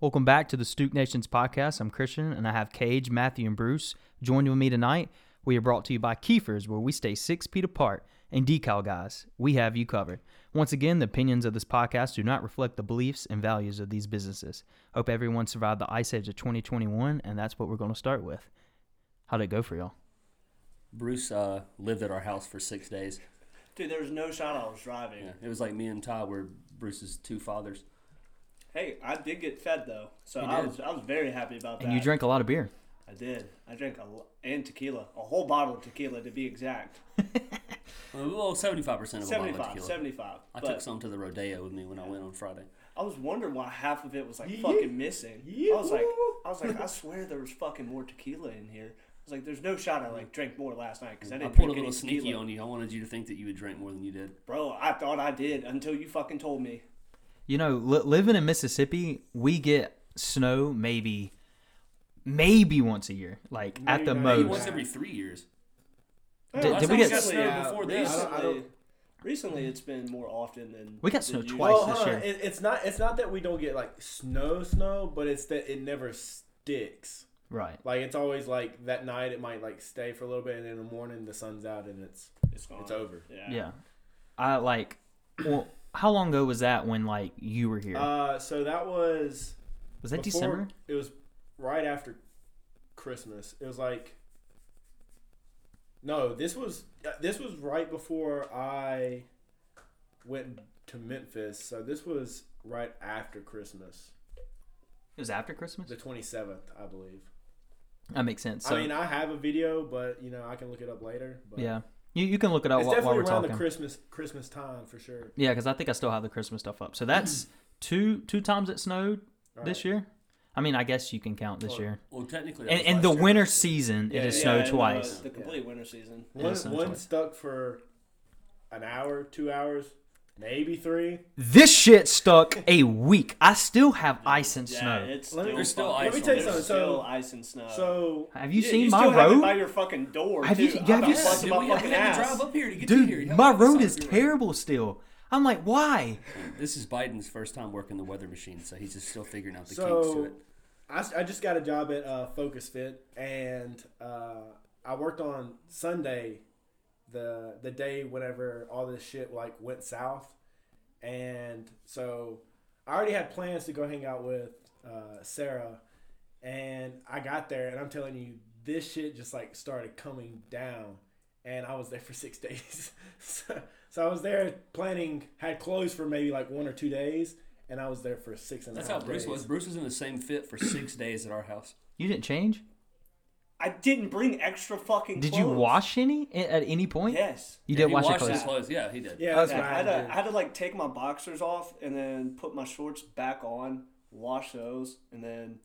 Welcome back to the Stoop Nations podcast. I'm Christian and I have Cage, Matthew, and Bruce joined with me tonight. We are brought to you by Kiefer's, where we stay six feet apart. And Decal Guys, we have you covered. Once again, the opinions of this podcast do not reflect the beliefs and values of these businesses. Hope everyone survived the ice age of 2021, and that's what we're going to start with. How'd it go for y'all? Bruce uh, lived at our house for six days. Dude, there was no shot I was driving. Yeah, it was like me and Ty were Bruce's two fathers. Hey, I did get fed though, so You I did. was I was very happy about that. And you drank a lot of beer. I did. I drank a l- and tequila, a whole bottle of tequila to be exact. Well, seventy-five percent of a bottle of 75, tequila. 75. I but took some to the rodeo with me when I went on Friday. I was wondering why half of it was like Yeah. fucking missing. Yeah. I was like, I was like, I swear there was fucking more tequila in here. I was like, there's no shot I like drank more last night because I I, didn't pulled a little drink any sneaky tequila. on you. I wanted you to think that you would drink more than you did. Bro, I thought I did until you fucking told me. You know, li- living in Mississippi, we get snow maybe, maybe once a year, like at the Maybe Maybe most. once every three years. Oh, Did- I did we thought get got snow before recently, this? I don't- I don't- recently, it's been more often than We got than snow usual. twice. Well, this hold year. on. It, it's not. It's not that we don't get like snow, snow, but it's that it never sticks. Right. Like it's always like that night it might like stay for a little bit, and in the morning the sun's out and it's It's gone. it's over. Yeah. I like. Well, how long ago was that when like you were here? Uh, so that was was that before- December? It was right after Christmas. It was like no, this was uh, this was right before I went to Memphis. So this was right after Christmas, It was after Christmas. the twenty seventh, I believe. That makes sense. So I mean, I have a video, but you know, I can look it up later. But yeah, you, you can look it up it's while, while definitely we're around talking. the Christmas Christmas time for sure. yeah, because I think I still have the Christmas stuff up. So that's two two times it snowed All this right. year. I mean, I guess you can count this Well, year. Well, technically, that And, was and last the year. winter season, Yeah, it has yeah, snowed and, uh, twice. The complete winter season. One, Yes, one essentially. stuck for an hour, two hours, maybe three. This shit stuck a week. I still have ice and yeah, snow. It's Let me- still there's still fucking- ice Let me tell you there's something. So- still ice and snow. So Have you Yeah, seen my still have it road? by your fucking door. Have you- too. have I you seen- thought it was Dude, my we, I fucking had to ass. drive up here to get you here. Dude, You my have to road sign is through it. terrible still. I'm like, why? This is Biden's first time working the weather machine, so he's just still figuring out the kinks to so it. I, s- I just got a job at uh, Focus Fit, and uh, I worked on Sunday, the the day whenever all this shit like went south, and so I already had plans to go hang out with uh, Sarah, and I got there, and I'm telling you, this shit just like started coming down, and I was there for six days. so, so I was there planning, had clothes for maybe like one or two days. And I was there for six and a half That's how Bruce days. was. Bruce was in the same fit for six days at our house. You didn't change? I didn't bring extra fucking. Did clothes. you wash any a- at any point? Yes. You Yeah, did he wash your washed clothes. his clothes. Yeah, he did. Yeah, That's that's Yeah, I had, right. to, I had to like take my boxers off and then put my shorts back on, wash those, and then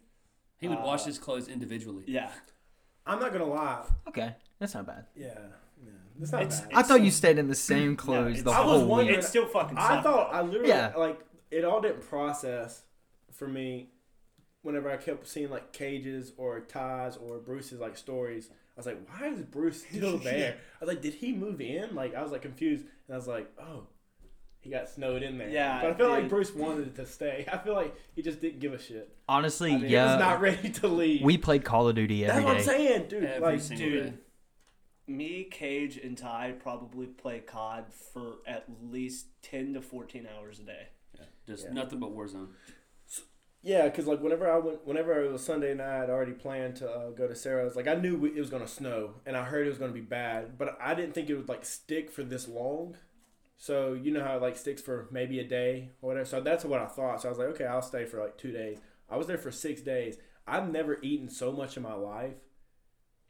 He would wash Uh, his clothes individually. yeah. I'm not gonna lie. Okay, that's not bad. Yeah, yeah, it's not It's- bad. I thought you stayed in the same clothes it's- the I was whole wondering- week. It still fucking. I sucked, thought though. I literally Yeah. like it all didn't process for me. Whenever I kept seeing like cages or ties or Bruce's like stories, I was like, "Why is Bruce still there?" I was like, "Did he move in?" Like I was like confused, and I was like, "Oh, he got snowed in there." Yeah, but I feel like dude. Bruce wanted to stay. I feel like he just didn't give a shit. Honestly, I mean, he yeah, was not ready to leave. we played Call of Duty That's every what I'm day. saying, dude. Every like, single dude, day. Me, Cage, and Ty probably play COD for at least ten to fourteen hours a day. Yeah, just Yeah. nothing but Warzone. Yeah, because like whenever I went, whenever it was Sunday night, I had already planned to uh, go to Sarah's. Like I knew we- it was gonna snow, and I heard it was gonna be bad, but I didn't think it would like stick for this long. So you know how it like sticks for maybe a day or whatever. So that's what I thought. So I was like, okay, I'll stay for like two days. I was there for six days. I've never eaten so much in my life.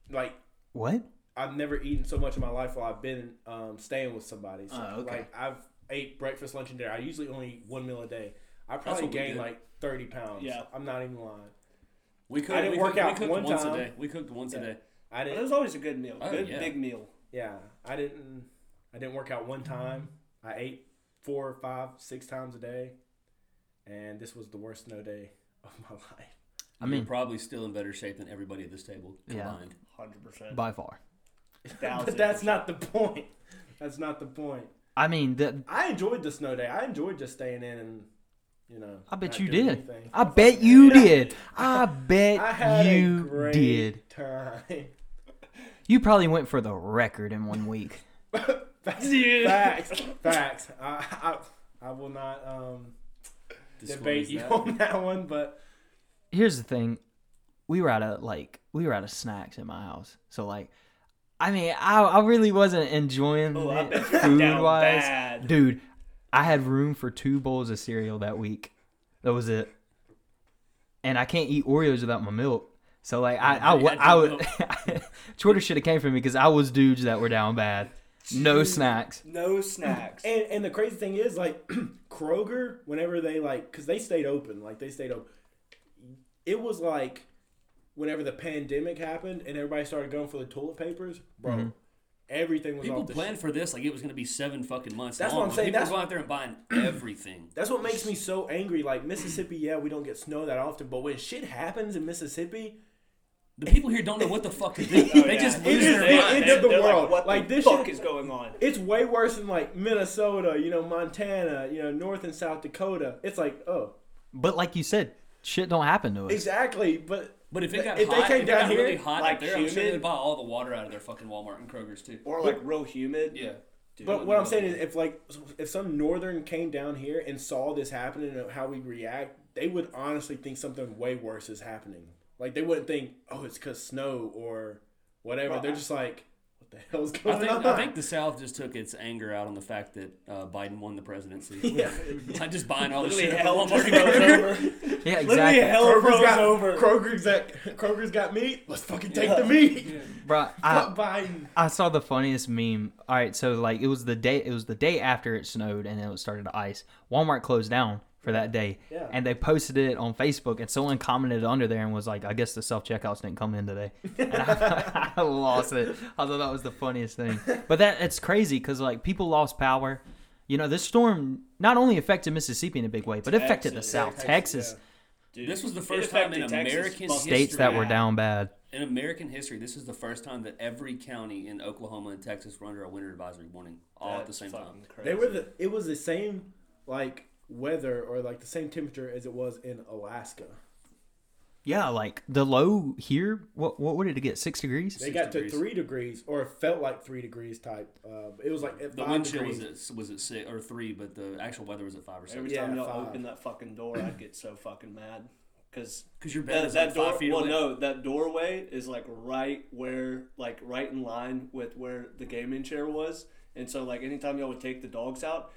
Like What? I've never eaten so much in my life while I've been um, staying with somebody. So, Oh, okay. Like I've ate breakfast, lunch, and dinner. I usually only eat one meal a day. I what probably we gained did. like thirty pounds. Yeah. I'm not even lying. We cooked. didn't we work cooked, we out cooked one once time. a day. We cooked once a Yeah. day. I But it didn't. was always a good meal, Oh, good yeah. big meal. Yeah, I didn't. I didn't work out one time. I ate four, five, six times a day, and this was the worst snow day of my life. I You're mean, probably still in better shape than everybody at this table Yeah. combined. Hundred percent. by far. but that's not the point. That's not the point. I mean, the, I enjoyed the snow day. I enjoyed just staying in and you know. I bet not you doing did. anything. I bet you did. I bet I had a you great did. time. You probably went for the record in one week. Facts, facts. I, I, I will not um, debate Disclose you that. on that one, but Here's the thing. We were out of like we were out of snacks at my house. So like I mean, I, I really wasn't enjoying Oh, I it bet you're food down wise. bad. Dude, I had room for two bowls of cereal that week. That was it. And I can't eat Oreos without my milk. So like I I, you wa- had I your would Twitter should have came for me because I was dudes that were down bad. No snacks. No snacks. and and the crazy thing is like Kroger, whenever they like, cause they stayed open, like they stayed open. It was like whenever the pandemic happened and everybody started going for the toilet papers, bro. Everything was People off the planned for this like it was going to be seven fucking months. That's long, what I'm but saying, People that's- go out there and buying everything. That's what makes me so angry. Like Mississippi, yeah, we don't get snow that often, but when shit happens in Mississippi, The people here don't know what the fuck to do. Oh, they yeah. just It lose just- their it- mind. it did the They're world. Like, what Like, the this fuck shit- is going on? it's way worse than like Minnesota, you know, Montana, you know, North and South Dakota. It's like, oh, But like you said, shit don't happen to us. exactly, but But if it got If they hot, came if it down got here, really hot like up there, I'm sure humid- they'd buy all the water out of their fucking Walmart and Kroger's too. Or like real humid? yeah. Dude, but what I'm saying is, if like if some northern came down here and saw this happening and how we react, they would honestly think something way worse is happening. Like they wouldn't think, oh, it's cause snow or whatever. Well, They're I- just like, what the hell's I going think, on? I think the South just took its anger out on the fact that uh, Biden won the presidency. Yeah. Not just buying all the Literally shit at hell Walmart just and goes Kroger. over. Yeah, Literally exactly. hell Kroger's froze got, over. Kroger's got Kroger's got meat. Let's fucking take the meat. Bro, I, Fuck Biden. I saw the funniest meme. All right, so like it was the day it was the day after it snowed and then it started to ice. Walmart closed down for that day, Yeah. and they posted it on Facebook. And someone commented under there and was like, "I guess the self checkouts didn't come in today." And I, I lost it. I thought that was the funniest thing. But that it's crazy because like people lost power. You know, this storm not only affected Mississippi in a big way, but affected the Texas. South, Texas, Dude, This was the it first time in affected Texas American fucking history. states that were Yeah. down bad. In American history, this is the first time that every county in Oklahoma and Texas were under a winter advisory warning all at the That's same fucking time. crazy. They were the. It was the same like weather or like the same temperature as it was in Alaska. Yeah, like the low here. What what would it get? Six degrees. They Six got degrees. to three degrees or it felt like three degrees type. Uh, it was like at The five wind chill degrees. was at, was at six or three, but the actual weather was at five or six. Every Yeah, time y'all five. open that fucking door, I'd get so fucking mad. Because Because your bed that, is that like door, five feet well, away. no, that doorway is like right where, like right in line with where the gaming chair was. And so, like, anytime y'all would take the dogs out,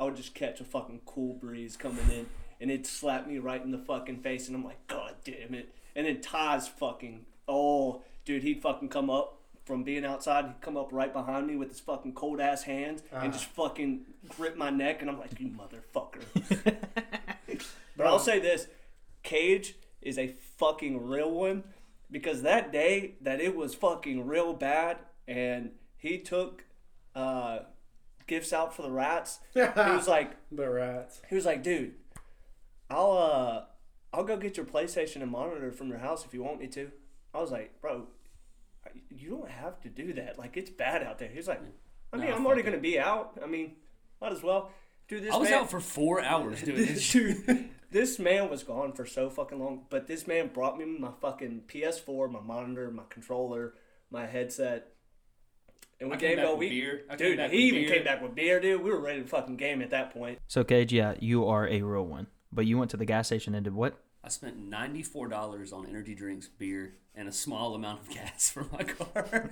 I would just catch a fucking cool breeze coming in, and it'd slap me right in the fucking face, and I'm like, God damn it! And then Ty's fucking, oh, dude, he'd fucking come up. From being outside, he'd come up right behind me with his fucking cold ass hands Ah. and just fucking grip my neck, and I'm like, "You motherfucker!" But I'll say this: Cage is a fucking real one because that day that it was fucking real bad, and he took uh, gifts out for the rats. he was like, The rats. he was like, dude, I'll uh, I'll go get your PlayStation and monitor from your house if you want me to. I was like, bro, you don't have to do that. Like it's bad out there. He was like, I mean, Nah, I'm already fuck gonna be out. I mean, might as well. do this I was man, out for four hours doing this shit. Dude, this man was gone for so fucking long, but this man brought me my fucking PS4, my monitor, my controller, my headset, and we I came gave it back all with week. beer. I came Dude, back he with even beer. came back with beer, dude. We were ready to fucking game at that point. So Cage, yeah, you are a real one. But you went to the gas station and did what? I spent ninety four dollars on energy drinks, beer, and a small amount of gas for my car.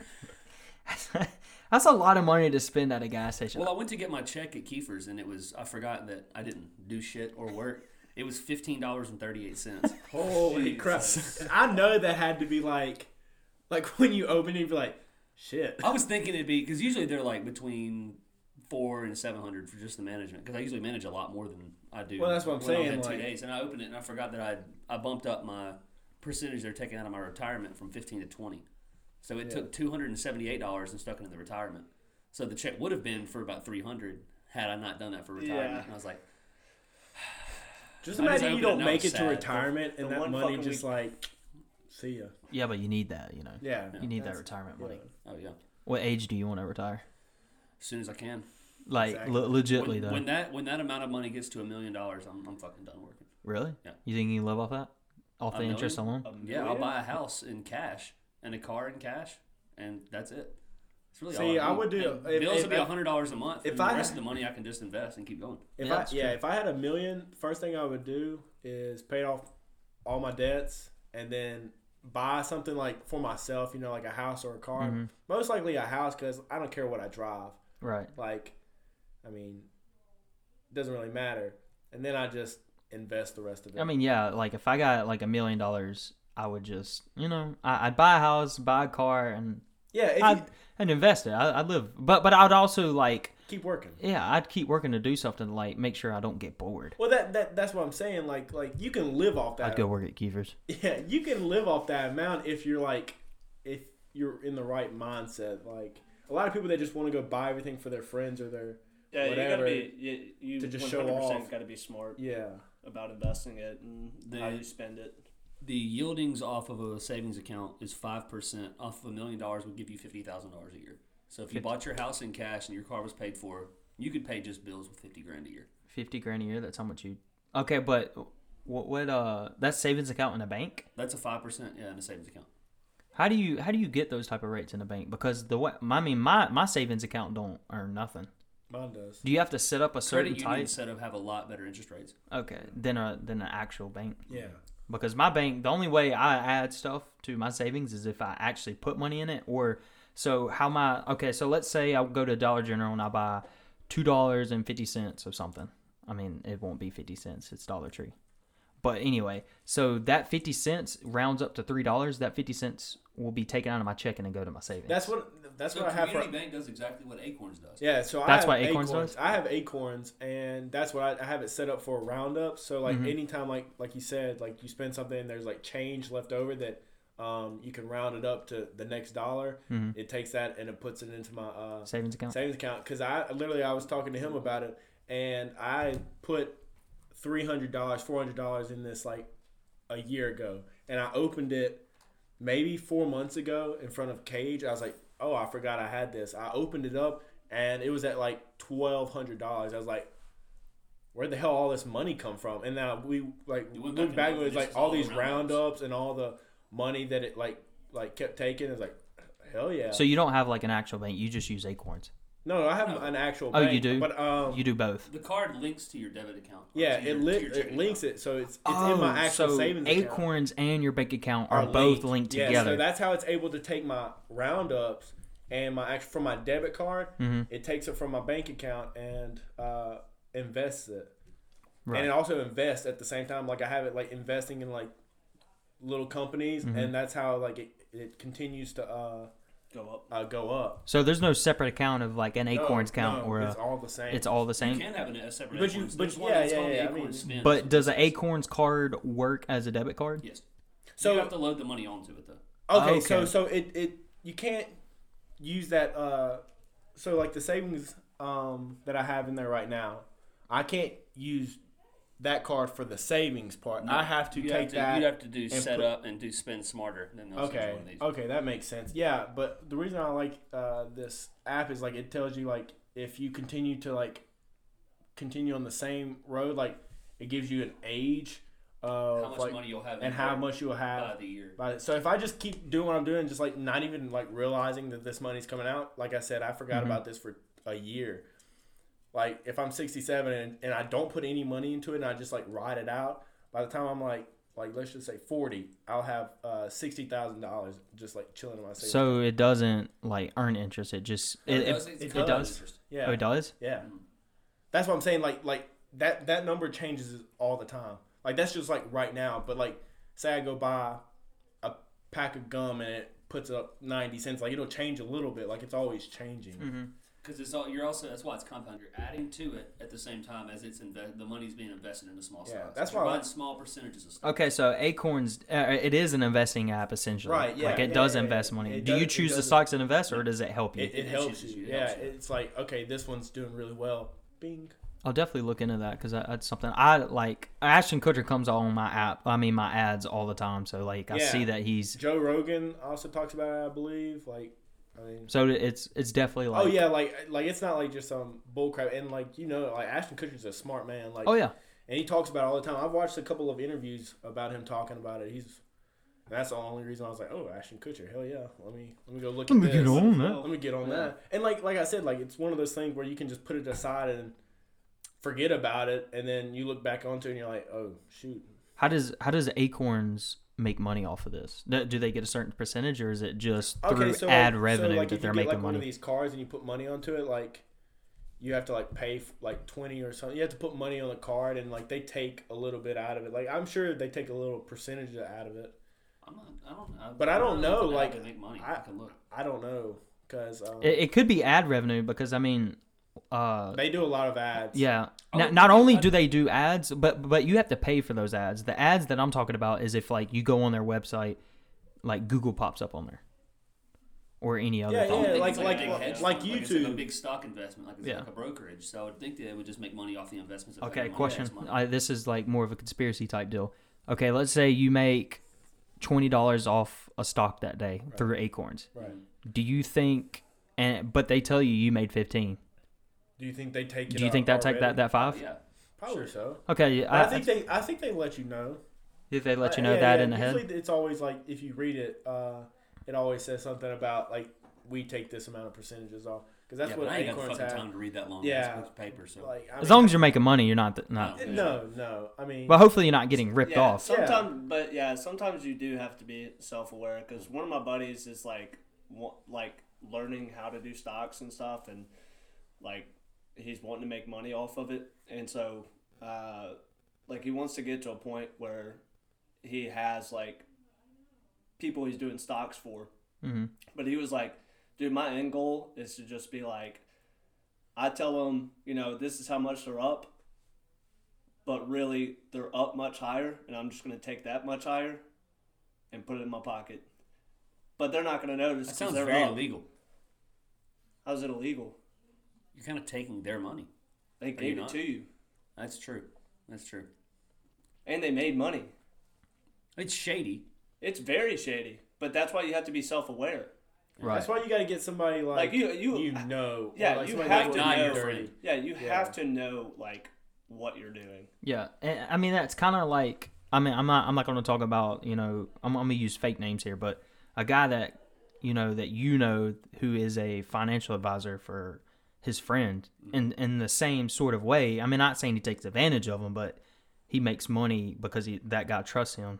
That's a lot of money to spend at a gas station. well, I went to get my check at Kiefer's, and it was I forgot that I didn't do shit or work. It was fifteen dollars and thirty eight cents. Holy crap. I know that had to be like, like when you open it, you'd be like, shit. I was thinking it'd be because usually they're like between four and seven hundred for just the management because I usually manage a lot more than I do. Well, that's what I'm when I saying, had like- two days, and I opened it and I forgot that I I bumped up my percentage they're taking out of my retirement from fifteen to twenty, so it took two hundred and seventy eight dollars and stuck it in the retirement. So the check would have been for about three hundred had I not done that for retirement. Yeah. And I was like, Just I just imagine you opened it don't and I make it was to sad. retirement and The that one money fucking just like, see ya. yeah, but you need that, you know. Yeah. You need that That's- retirement money. yeah. oh yeah, as What age do you want to retire? soon as I can. Like Exactly. le- legitly When, though. when that when that amount of money gets to a million dollars, I'm I'm fucking done working. really? Yeah. You think you can live off that? Off A Um, the interest alone? A Yeah, I'll million? buy a house in cash and a car in cash, and that's it. It's really See, all I need. would do- And if- bills if- will be if- hundred dollars a month. if and the I- rest of the money I can just invest and keep going. If Yeah, I, that's yeah, if I had a million, first thing I would do is pay off all my debts and then buy something like for myself, you know, like a house or a car. Mhm. Most likely a house because I don't care what I drive. Right. Like, I mean, doesn't really matter. And then I just invest the rest of it. I mean, yeah, like if I got like a million dollars, I would just, you know, I, I'd buy a house, buy a car, and yeah, if you I'd, and invest it. I, I'd live, but but I'd also like, keep working. yeah, I'd keep working to do something to like make sure I don't get bored. Well, that, that that's what I'm saying. Like, like you can live off that. I'd go work at Kiefer's. Yeah, you can live off that amount if you're like if you're in the right mindset. Like a lot of people, they just want to go buy everything for their friends or their Yeah, Uh, you gotta whatever, be you, you to just show 100% off. Gotta be smart yeah. about investing it and The- how you spend it. The yieldings off of a savings account is five percent. Off of a million dollars would give you fifty thousand dollars a year. So if you bought your house in cash and your car was paid for, you could pay just bills with fifty grand a year. Fifty grand a year. That's how much you. Okay, but what what uh that's savings account in a bank. That's a five percent yeah in a savings account. How do you how do you get those type of rates in a bank? Because the way I mean my my savings account don't earn nothing. Mine does. Do you have to set up a certain Credit type? unions set up have a lot better interest rates. Okay, than a than an actual bank. Yeah. because my bank the only way i add stuff to my savings is if i actually put money in it or so how my okay so let's say i go to dollar general and i buy two dollars and fifty cents of something i mean it won't be 50 cents it's dollar tree but anyway so that 50 cents rounds up to three dollars that 50 cents will be taken out of my checking and go to my savings That's what that's So what I have community for bank does exactly what Acorns does. yeah. So I That's have what Acorns does? I have acorns, and that's what I, I have it set up for a roundup. So like Mm-hmm. anytime, like like you said, like you spend something, and there's like change left over that um, you can round it up to the next dollar. Mm-hmm. It takes that and it puts it into my uh, savings account savings account because I literally I was talking to him about it and I put three hundred dollars, four hundred dollars in this like a year ago, and I opened it maybe four months ago in front of Cage. I was like, oh, I forgot I had this. I opened it up and it was at like twelve hundred dollars. I was like. Where the hell all this money come from? And now we like You went back look and looked, back and it was it's like just all all these roundups. roundups and all the money that it like like kept taking. It's like hell yeah. so you don't have like an actual bank you just use acorns No, I have an actual. Oh, you bank, do? But um, you do both The card links to your debit account. or yeah, to your- it, to li- your it checking links account. it, so it's, it's in my actual Oh, so savings account. acorns and your bank account are, both linked Yeah, together so that's how it's able to take my roundups and my actual from my debit card. Mm-hmm. It takes it from my bank account and uh, invests it, Right. and it also invests at the same time. Like I have it like investing in like little companies, Mm-hmm. and that's how like it, it continues to uh, Go up. uh, go up. So there's no separate account of like an No, Acorns account no, or a, it's all the same. it's all the You same. can have an- a separate But you- Acorns. but There's one yeah, that's yeah, called the yeah, I Acorns mean- Spin. But does an Acorns card work as a debit card? yes, so So- you have to load the money onto it though. Okay, Okay. so so it it you can't use that uh so like the savings um that I have in there right now, I can't use that card for the savings part. I have to you take have to, that. You have to do and set put- up and do spend smarter than those. okay, Oh, okay, that makes sense. Yeah, but the reason I like uh this app is like it tells you like if you continue to like continue on the same road, like it gives you an age of How much like money you'll have and in how there much you'll have by the year? about it. So if I just keep doing what I'm doing, just like not even like realizing that this money's coming out, like I said, I forgot about this for a year. Like if I'm 67 and, and I don't put any money into it and I just like ride it out, by the time I'm like like let's just say 40, I'll have uh, sixty thousand dollars just like chilling in my savings. So it doesn't like earn interest. It just it, it, does- it, it's does. got interest. yeah, Oh, it does. yeah. That's what I'm saying. Like like that that number changes all the time. Like that's just like right now. But like say I go buy a pack of gum and it puts up ninety cents. Like it'll change a little bit. Like it's always changing. Because it's all you're also that's why it's compound. You're adding to it at the same time as it's inve- the money's being invested in a small Yeah, size. that's You're why- buying small percentages of stuff. Okay, so Acorns uh, it is an investing app essentially. Right, yeah, Like it yeah, does yeah, yeah. invest money. It do does- you it choose the does- stocks and invest, or does it help you? It, it, It helps changes you. you. It Yeah, helps you. it's like okay, this one's doing really well. Bing. I'll definitely look into that because that's something I like. Ashton Kutcher comes on my app. I mean my ads all the time. So like I Yeah. see that he's Joe Rogan also talks about it, I believe. Like I mean, So it's it's definitely like oh yeah, like like it's not like just some bullcrap. And like you know, like Ashton Kutcher's a smart man. Like oh yeah, and he talks about it all the time. I've watched a couple of interviews about him talking about it. He's that's the only reason I was like, oh, Ashton Kutcher, hell yeah, let me let me go look. at this. Let me get on Yeah. that. And like like I said, like it's one of those things where you can just put it aside and forget about it, and then you look back onto it and you're like, oh shoot. How does how does Acorns make money off of this? Do do they get a certain percentage, or is it just through like- ad revenue like, if that you they're get, making like, One money? of these cars and you put money onto it, like you have to like pay f- like twenty or something. You have to put money on the card, and like they take a little bit out of it. Like I'm sure they take a little percentage out of it. I'm not. I don't. I, But I don't know, if they like, can make money. I, I- can look. I don't know because um, It, it could be ad revenue because I mean, uh, they do a lot of ads. yeah. I Not, Oh, would- not only I'd- do they do ads, but but you have to pay for those ads. The ads that I'm talking about is if like you go on their website, like Google pops up on there, or any other. Yeah, thing. I would think like- it's like- a big like- hedge like fund, it's like a YouTube. big stock investment, like it's Yeah. like a brokerage. So I would think that it would just make money off the investments. Of Okay, everyone question. else's money. I, this is like more of a conspiracy type deal. Okay, let's say you make twenty dollars off a stock that day through Acorns. Right. Do you think? And but they tell you you made fifteen. Do you think they take? It Do you think that take already? that that five? Yeah. Probably so. Okay, yeah, But I, I think they I think they let you know. did they let you Uh, know yeah, that yeah. in the head? Usually It's always like if you read it, uh, it always says something about like we take this amount of percentages off because that's yeah, what but I ain't got Acorns fucking have. time to read that long Yeah. ass paper. So Like I As mean, long as you're making money, you're not th- not. No. you're- no, no, I mean, Well, hopefully you're not getting ripped yeah, off. Sometimes, but yeah, sometimes you do have to be self-aware because one of my buddies is like, wa- like learning how to do stocks and stuff, and like he's wanting to make money off of it, and so uh, like he wants to get to a point where he has like people he's doing stocks for, hmm but he was like, dude, my end goal is to just be like, I tell them, you know, this is how much they're up, but really they're up much higher, and I'm just going to take that much higher and put it in my pocket. But they're not going to notice that because sounds they're very up. illegal. How's it illegal? You're kind of taking their money. They you gave it not? to you, That's true. That's true. and they made money. It's shady. It's very shady, but that's why you have to be self aware. Right. that's why you got to get somebody like, Like, you- you- know, yeah, or, like, you somebody have that's to like know. dirty. Yeah, you Yeah. have to know, like, what you're doing. Yeah, and, I mean that's kind of like I mean I'm not I'm not going to talk about you know I'm, I'm gonna use fake names here, but a guy that you know that you know who is a financial advisor for his friend Mm-hmm. in in the same sort of way. I mean, not saying he takes advantage of him, but he makes money because he, that guy trusts him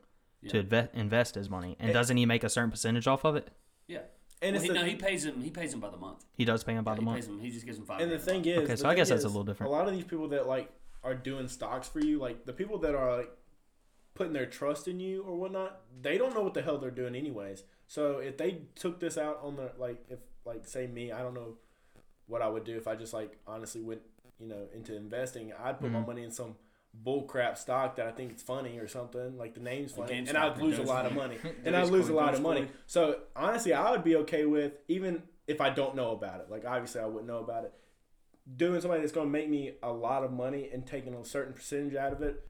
to invest, invest his money, Eh. and doesn't he make a certain percentage off of it? Yeah. And And it's he, the- no, he pays him. He pays him by the month. He does pay him by Yeah, the he month. Pays him, he just gives him five. And the grand a month. thing is, Okay, the so I thing guess that's a is, little different. A lot of these people that like are doing stocks for you, like the people that are like putting their trust in you or whatnot, they don't know what the hell they're doing anyways. So if they took this out on their like, if like say me, I don't know what I would do if I just like honestly went you know into investing. I'd put Mm-hmm. my money in some bullcrap stock that I think it's funny or something. Like the name's funny, and GameStop I'd lose a and lot of Dogecoin. money, and I'd lose a Dogecoin, lot of Dogecoin. money. So honestly, I would be okay with even if I don't know about it. Like obviously, I wouldn't know about it. Doing somebody that's going to make me a lot of money and taking a certain percentage out of it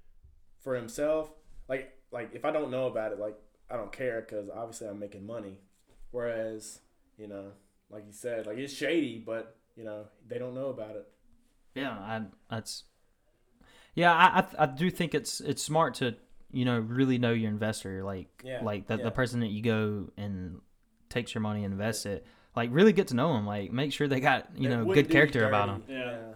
for himself. Like like if I don't know about it, like I don't care because obviously I'm making money. Whereas you know, like you said, like it's shady, but you know they don't know about it. Yeah, I, that's. Yeah, I, I I do think it's it's smart to you know really know your investor, like Yeah, like the, yeah. the person that you go and takes your money and invests it. Like really get to know them. Like make sure they got you They know wouldn't good do you character about dirty. them. Yeah.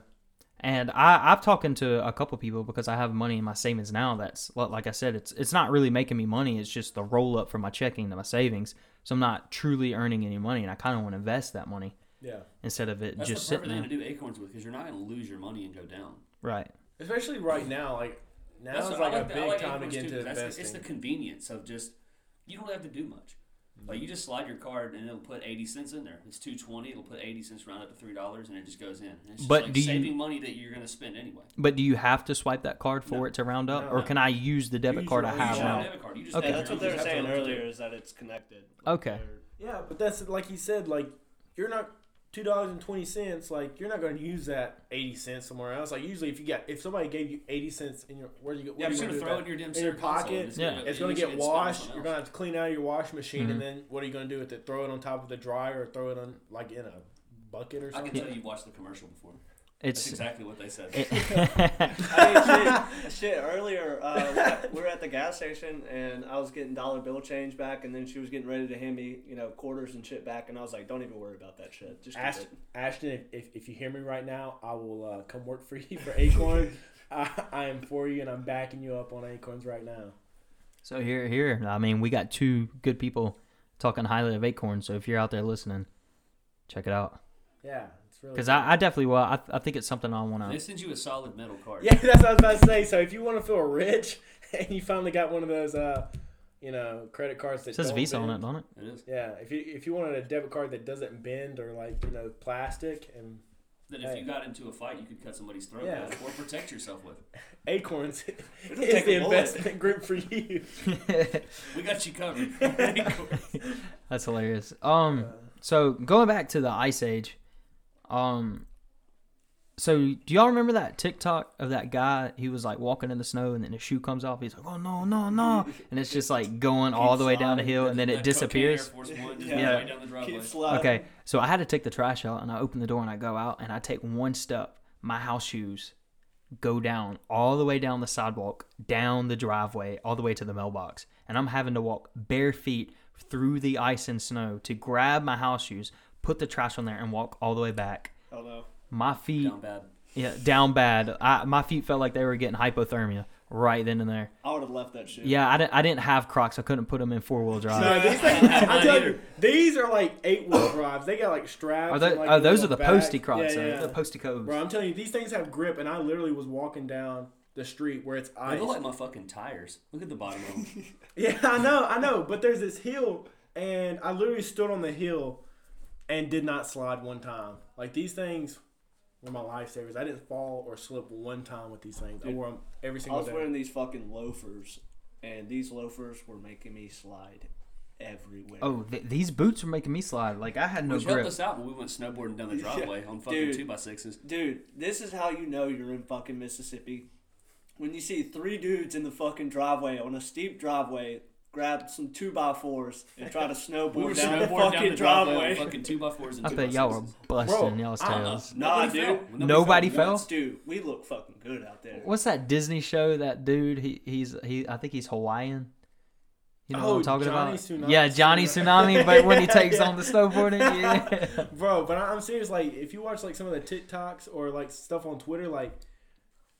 And I I've talking to a couple people because I have money in my savings now. That's li- like I said, it's it's not really making me money. It's just the roll up from my checking to my savings. So I'm not truly earning any money, and I kind of want to invest that money Yeah. instead of it That's just the sitting perfect there. thing to do acorns with because you're not going to lose your money and go down. Right. Especially right now, like now That's is what- like, I a the- I big time to Acorns get too, into 'cause that's the- investing. It's the convenience of just you don't have to do much. Mm-hmm. Like you just slide your card and it'll put eighty cents in there. It's two twenty. It'll put eighty cents round up to three dollars, and it just goes in. And it's just But like do you- saving money that you're going to spend anyway. But do you have to swipe that card for No. it to round up, No, or no. can I use the debit Use card I your own have You Yeah. don't now? have a card. You just Okay. have Yeah, that's your what own they were card. saying Absolutely. earlier is that it's connected. Okay. They're- yeah, but that's like he said, like you're not two dollars and twenty cents, like you're not going to use that eighty cents somewhere else. Like usually, if you got if somebody gave you eighty cents in your where do you go, Yeah, but what do you're gonna you do throw it in with your damn that? in your cereal bowl, so pocket. it's Yeah. gonna- It's going you to should spend get it on washed. something else. Mm-hmm. You're going to have to clean out of your wash machine, and then what are you going to do with it? Throw it on top of the dryer, or throw it on like in a bucket or I something. can tell you've watched the commercial before. That's It's exactly what they said. I mean, shit, shit, earlier, uh, we were at the gas station and I was getting dollar bill change back, and then she was getting ready to hand me, you know, quarters and shit back, and I was like, don't even worry about that shit. Just keep Ashton, it. Ashton if, if, if you hear me right now, I will uh, come work for you for Acorn. I, I am for you, and I'm backing you up on Acorns right now. so here, here. I mean, we got two good people talking highly of Acorn. So if you're out there listening, check it out. Yeah, it's really Because I, I definitely will. I, I think it's something I want They to. send you a solid metal card. Yeah, that's what I was about to say. So if you want to feel rich and you finally got one of those, uh, you know, credit cards that It says don't Visa bend, on it, don't it? It is. Yeah, if you if you wanted a debit card that doesn't bend or like you know plastic and That if Hey. you got into a fight, you could cut somebody's throat Yeah. with or protect yourself with. Acorns It'll is take the a bullet. investment group for you. We got you covered. That's hilarious. Um, Uh, so going back to the Ice Age, um, so do y'all remember that TikTok of that guy? He was like walking in the snow, and then his shoe comes off. He's like, "Oh no, no, no!" And it's just like going all the way down the hill, and then it That cocaine Air disappears. Force One just Yeah. right down the driveway. Keep sliding. Okay, so I had to take the trash out, and I open the door, and I go out, and I take one step. My house shoes go down all the way down the sidewalk, down the driveway, all the way to the mailbox, and I'm having to walk bare feet through the ice and snow to grab my house shoes, put the trash on there, and walk all the way back. Oh, no. My feet, Down bad. yeah, down bad. I, my feet felt like they were getting hypothermia right then and there. I would have left that shit. Yeah, I didn't, I didn't have Crocs. I couldn't put them in four wheel drive. No, these things, I'm telling you, these are like eight wheel drives. They got like straps. Are and, tho- like, oh, those little are the back. posty Crocs, Yeah, though. yeah. the posty codes. Bro, I'm telling you, these things have grip, and I literally was walking down the street where it's They ice. look like my fucking tires. Look at the bottom of them. Yeah, I know, I know. But there's this hill, and I literally stood on the hill and did not slide one time. Like these things were my lifesavers. I didn't fall or slip one time with these things. I wore them every I single was day. wearing these fucking loafers, and these loafers were making me slide everywhere. Oh, th- these boots were making me slide. Like I had no Which helped grip. us out when we went snowboarding down the driveway on fucking Dude. two by sixes. Dude, this is how you know you're in fucking Mississippi. When you see three dudes in the fucking driveway on a steep driveway grab some two by fours and try to snowboard We were down the snowboarding fucking down the driveway, driveway. with fucking two by fours and I two by bet y'all were sixes. busting Bro, y'all's I- tails. Nah, Nobody dude. fell. Nobody fell. Once, dude, we look fucking good out there. What's that Disney show? That dude, he he's he. I think he's Hawaiian. You know what Oh, I'm talking Johnny about? Tsunami. Yeah, Johnny Tsunami. But when he Yeah, takes yeah. on the snowboarding, yeah. Bro, but I- I'm serious. Like, if you watch like some of the TikToks or like stuff on Twitter, like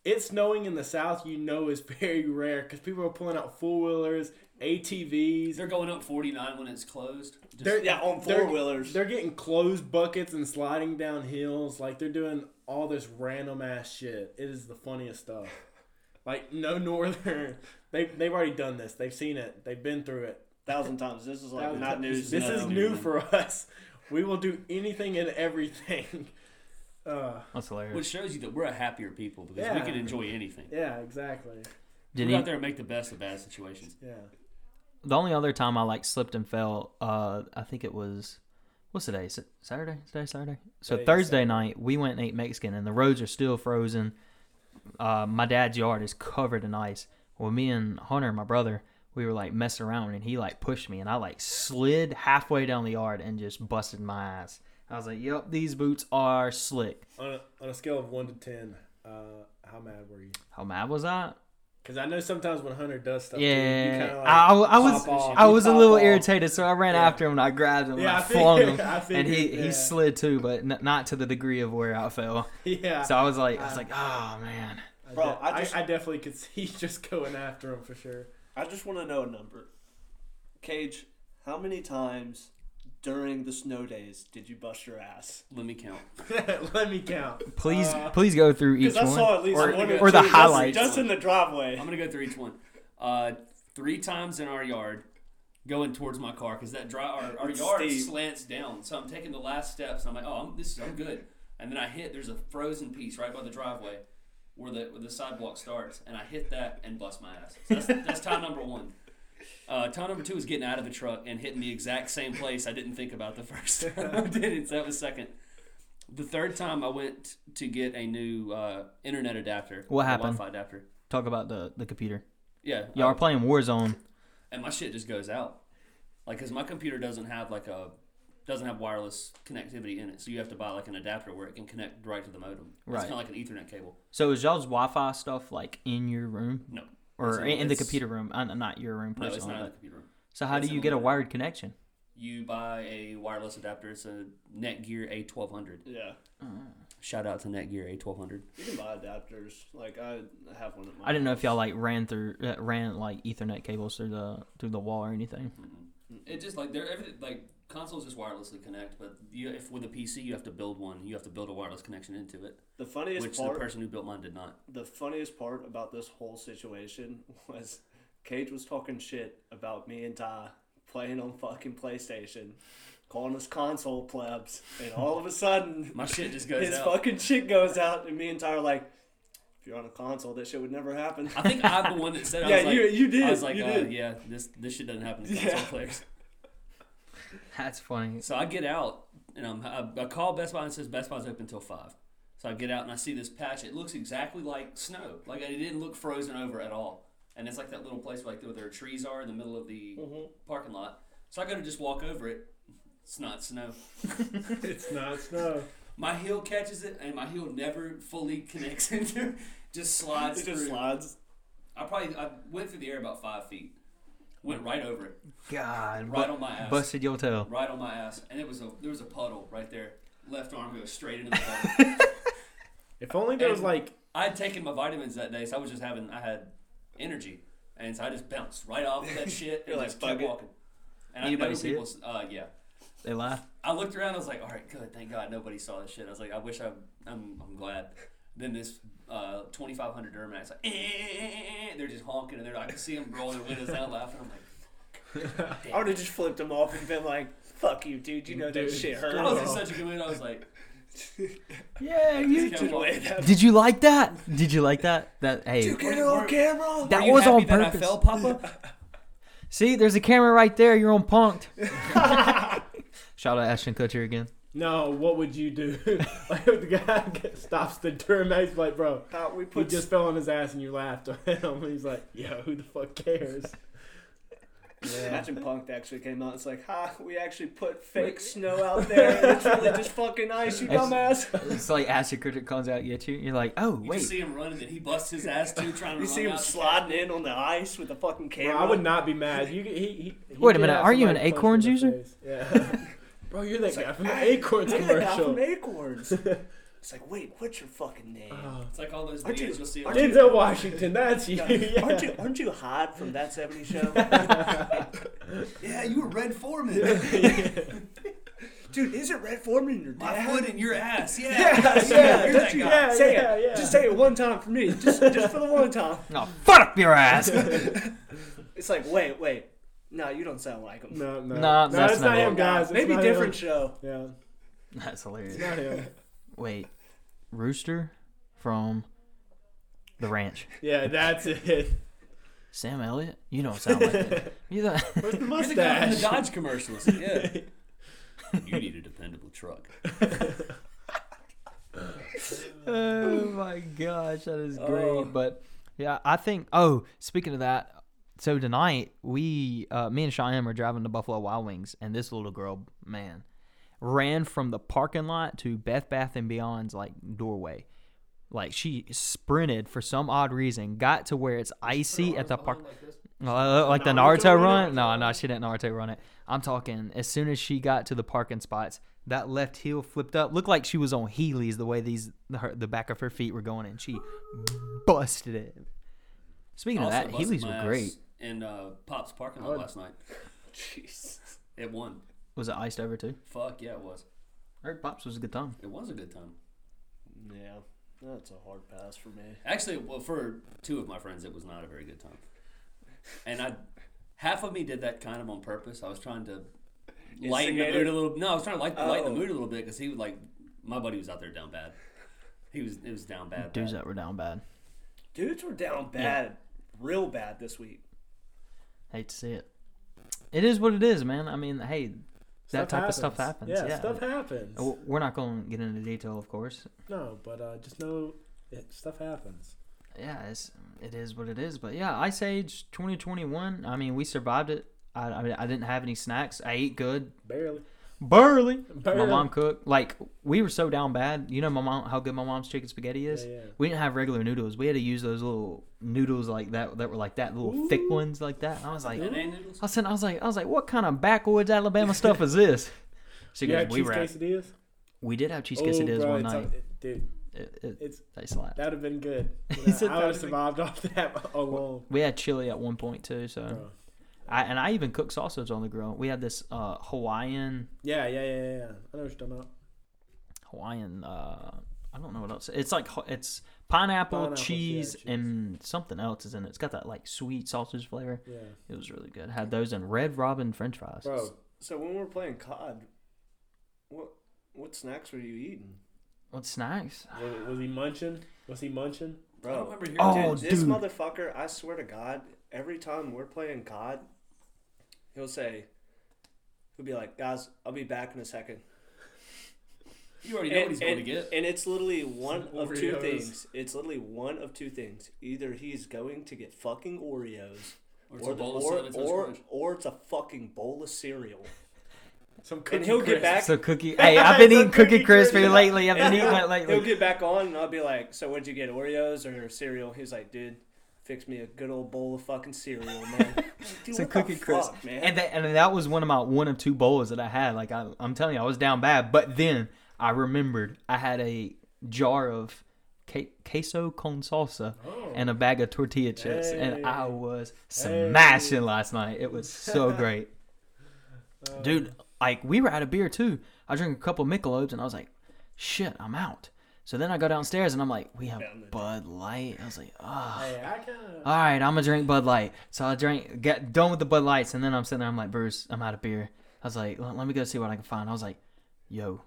it's snowing in the South, you know, is very rare because people are pulling out four wheelers, ATVs. They're going up 49 when it's closed. Just- They're- Yeah, on they're- four-wheelers. They're getting closed buckets and sliding down hills. Like they're doing all this random ass shit. It is the funniest stuff. Like no northern. They they've already done this. They've seen it. They've been through it. Thousand times. This is like Thousand not times. news. This is nothing new new. for us. We will do anything and everything. Uh, That's hilarious. which shows you that we're a happier people because we Yeah. can enjoy anything. yeah, exactly. Did We're he, out there and make the best of bad situations. Yeah. the only other time I like slipped and fell, uh, I think it was what's today? Is it Saturday? Is today Saturday? So Today's Thursday Saturday. night we went and ate Mexican, and the roads are still frozen. Uh, my dad's yard is covered in ice. Well, me and Hunter, my brother, we were like messing around, and he like pushed me, and I like slid halfway down the yard and just busted my ass. I was like, "Yep, these boots are slick." On a, on a scale of one to ten, uh, how mad were you? How mad was I? Because I know sometimes when Hunter does stuff, too, you Yeah, kinda, like, I, I was pop off. I You was a pop little off. irritated, so I ran after him and I grabbed him Yeah, I and I, flung figured- him, I and he, figured, yeah. he slid too, but n- not to the degree of where I fell. Yeah. So I was like, I was like, oh man, Bro, I, de- I I, just- I definitely could see just going after him for sure. I just want to know a number. Cage, how many times during the snow days did you bust your ass? Let me count. Let me count. please Uh, please go through each Because I one. saw at least or, one or the two. That's- highlights. That's in the driveway. I'm gonna go through each one. Uh, three times in our yard, going towards my car because that dry our, our It's yard steep. slants down. So I'm taking the last steps. I'm like, oh, I'm, this is, I'm good. And then I hit. There's a frozen piece right by the driveway where the where the sidewalk starts, and I hit that and bust my ass. So that's, that's time number one. Uh, time number two is getting out of the truck and hitting the exact same place I didn't think about the first time I did it. So that was second. The third time I went to get a new uh, internet adapter. What a happened? Wi-Fi adapter. Talk about the the computer. Yeah. Y'all I- are playing Warzone. and my shit just goes out. Like, cause my computer doesn't have like a doesn't have wireless connectivity in it, so you have to buy like an adapter where it can connect right to the modem. Right. It's kind of like an Ethernet cable. So is y'all's Wi-Fi stuff like in your room No, or It's in- in, in the it's- computer room? Uh, not your room no, it's personally. not in the but- computer room. so how do it's in you a get a room. wired connection? You buy a wireless adapter. It's a Netgear A1200. Yeah, Shout out to Netgear A1200. you can buy adapters. Like I have one. At my I didn't know if y'all house. like ran through uh, ran like Ethernet cables through the through the wall or anything. It just like they're everything like consoles just wirelessly connect, but you, if with a PC you have to build one, you have to build a wireless connection into it, The funniest which part. the person who built mine did not. the funniest part about this whole situation was Cage was talking shit about me and Ty playing on fucking PlayStation, calling us console plebs, and all of a sudden My shit just goes his out. fucking shit goes out, and me and Ty are like, "If you're on a console, that shit would never happen." I think I'm the one that said. I Yeah, was like, you- you did, I was like, you uh, did. yeah, this this shit doesn't happen to Yeah. console players. That's funny. So I get out and I'm, I, I call Best Buy and it says Best Buy's open until five. So I get out and I see this patch. It looks exactly like snow. Like it didn't look frozen over at all. And it's like that little place where like where their trees are in the middle of the Mm-hmm. parking lot. So I go to just walk over it. It's not snow. It's not snow. My heel catches it, and my heel never fully connects into. Just slides It just through. slides. I probably I went through the air about five feet. Went right over it. God, Right bu- on my ass. busted your tail. Right on my ass. And it was a there was a puddle right there. Left arm goes straight into the puddle. If only there was And- like I had taken my vitamins that day, so I was just having I had energy. And so I just bounced right off of that shit and You're like, just "Fuck kept it." walking. And Anybody I know see people uh yeah. They laugh. I looked around, I was like, Alright, good, thank God nobody saw that shit. I was like, I wish I I'm I'm glad. Then this uh, 2500 Duramax, like, eh, eh, eh, eh, eh, they're just honking, and they're I can see them roll their windows out laughing. I'm like, I would have just flipped him off and been like, "Fuck you, dude. You know Dude, that shit I was hurt." in such a good mood. I was like, Yeah, you you. kept Dude, walking. wait, that- Did you like that? Did you like that? That hey, You get it on camera. that Were you was happy on that I purpose. fell, Papa? See, there's a camera right there. You're on punked. Shout out Ashton Kutcher again. no. What would you do? like the guy gets- stops the Duramax, like bro, Pat, we he put just fell on his ass and you laughed at him. He's like, yo, who the fuck cares? Imagine Punk actually came out. It's like, ha, we actually put fake snow out there. and It's really just fucking ice, you It's- dumbass. It's like Ashton Kutcher comes out at you. You're like, oh You wait, just see him running, and he busts his ass too, trying to You run see him out. sliding in on the ice with a fucking Bro, camera. I would not be mad. You, he, he, he Wait a did minute, have are you somebody an punch me in Acorns the user? face. Yeah. Bro, you're that guy from the Acorns Look at that guy from commercial. Acorns. It's like, wait, what's your fucking name? Oh. It's like all those Aren't you- videos you'll see. aren't on- Denzel Washington, that's you. Yeah. Yeah. Aren't you aren't you hot from that 70 show? Yeah, you were Red Foreman. Dude, isn't Red Foreman your My dad? foot in your ass. Yeah, Yeah, yeah, yeah, you're don't that you- guy. Yeah, Say yeah, it. yeah. Just say it one time for me. Just just for the one time. no, fuck up your ass. It's like, wait, wait. No, you don't sound like him. No, no. Nah, no, that's it's not not him, it. guys. It's Maybe not different Him. show. Yeah, That's hilarious. it's not him. Wait, Rooster from the ranch. Yeah, that's it. Sam Elliott? You don't sound like that. You don't- Where's the You're the guy from the mustache? Dodge commercials. Yeah. you need a dependable truck. oh my gosh, that is great. Oh. But yeah, I think. Oh, speaking of that, so tonight we, uh, me and Cheyenne, were driving to Buffalo Wild Wings, and this little girl, man, ran from the parking lot to Beth Bath and Beyond's like doorway. Like she sprinted for some odd reason, got to where it's icy at the park. Uh, like the Naruto Naruto run run? No, no, she didn't Naruto run it. I'm talking as soon as she got to the parking spots, that left heel flipped up. Looked like she was on Heelys the way these her, the back of her feet were going, and she busted it. Speaking of that, Heelys were great. In uh, Pop's parking lot last night, Jeez. it won. Was it iced over too? Fuck yeah, it was. Eric Pops was a good time. It was a good time. Yeah, that's a hard pass for me. Actually, well, for two of my friends, it was not a very good time. And I, half of me did that kind of on purpose. I was trying to lighten the Instigator? mood a little. No, I was trying to light, lighten Oh. the mood a little bit because he was like, my buddy was out there down bad. He was it was down bad. Dudes bad. that were down bad. Dudes were down bad, real bad this week. Hate to see it. It is what it is, man. I mean, hey, That type of stuff happens, yeah. Oh. stuff happens. W- We're not going to get into detail, of course. No, but uh, just know it, stuff happens. Yeah, it's, it is what it is. But yeah, Ice Age 2021. I mean, we survived it. I, I, mean, I didn't have any snacks. I ate good. Barely. Burly. Barely. My mom cooked. Like we were so down bad. You know, my mom how good my mom's chicken spaghetti is. Yeah, yeah. We didn't have regular noodles. We had to use those little noodles like that that were like that little thick ones like that. And I was like, And and noodles? I said, I was like, I was like, what kind of backwoods Alabama stuff is this? She You goes, had we cheese were at- quesadillas? we did have cheese quesadillas bro, one it's- night. it- dude, It, it, Oh, it's they slapped. that would have been good. He said I that would have would've been- survived off that alone. We had chili at one point too. So, Bro. I and I even cooked sausage on the grill. We had this uh, Hawaiian Yeah, yeah, yeah, yeah, yeah. I know what you're talking about. Hawaiian. Uh, I don't know what else. It's like ho- it's pineapple, Pineapple, yeah, cheese, cheese. and something else is in it. It's got that like sweet sausage flavor. Yeah, It was really good. Had those and Red Robin French fries. bro. So when we were playing COD, what what snacks were you eating, What snacks? Was, was he munching? Was he munching? I don't remember hearing Oh, Dude, this dude. motherfucker, I swear to God, every time we're playing COD, he'll say, he'll be like, guys, I'll be back in a second. You already know what he's going to get. and it's literally one of two Oreos. things. It's literally one of two things. Either he's going to get fucking Oreos, Or it's a the- bowl of or, Cinnamon Toast or, Crunch. or it's a fucking bowl of cereal. Some and he'll get back. So cookie. Hey, I've been It's a eating cookie Cookie crispy Crisp. lately. I've and been eating he'll- that He'll lately. get back on, and I'll be like, "So what'd you get? Oreos or cereal?" He's like, "Dude, fix me a good old bowl of fucking cereal, man." Dude, Some what cookie the crisp. fuck, man. And that, and that was one of my one of two bowls that I had. Like I, I'm telling you, I was down bad, but then I remembered I had a jar of que- queso con salsa Oh. and a bag of tortilla chips, Hey. and I was smashing last night. It was so great, Uh. dude. Like we were out of beer too. I drank a couple Michelob's, and I was like, "Shit, I'm out." So then I go downstairs, and I'm like, "We have Bud Light." I was like, "Ah." Hey, I kind of. all right, I'm gonna drink Bud Light. So I drank, get done with the Bud Lights, and then I'm sitting there. I'm like, Bruce, I'm out of beer. I was like, let let me go see what I can find. I was like, yo,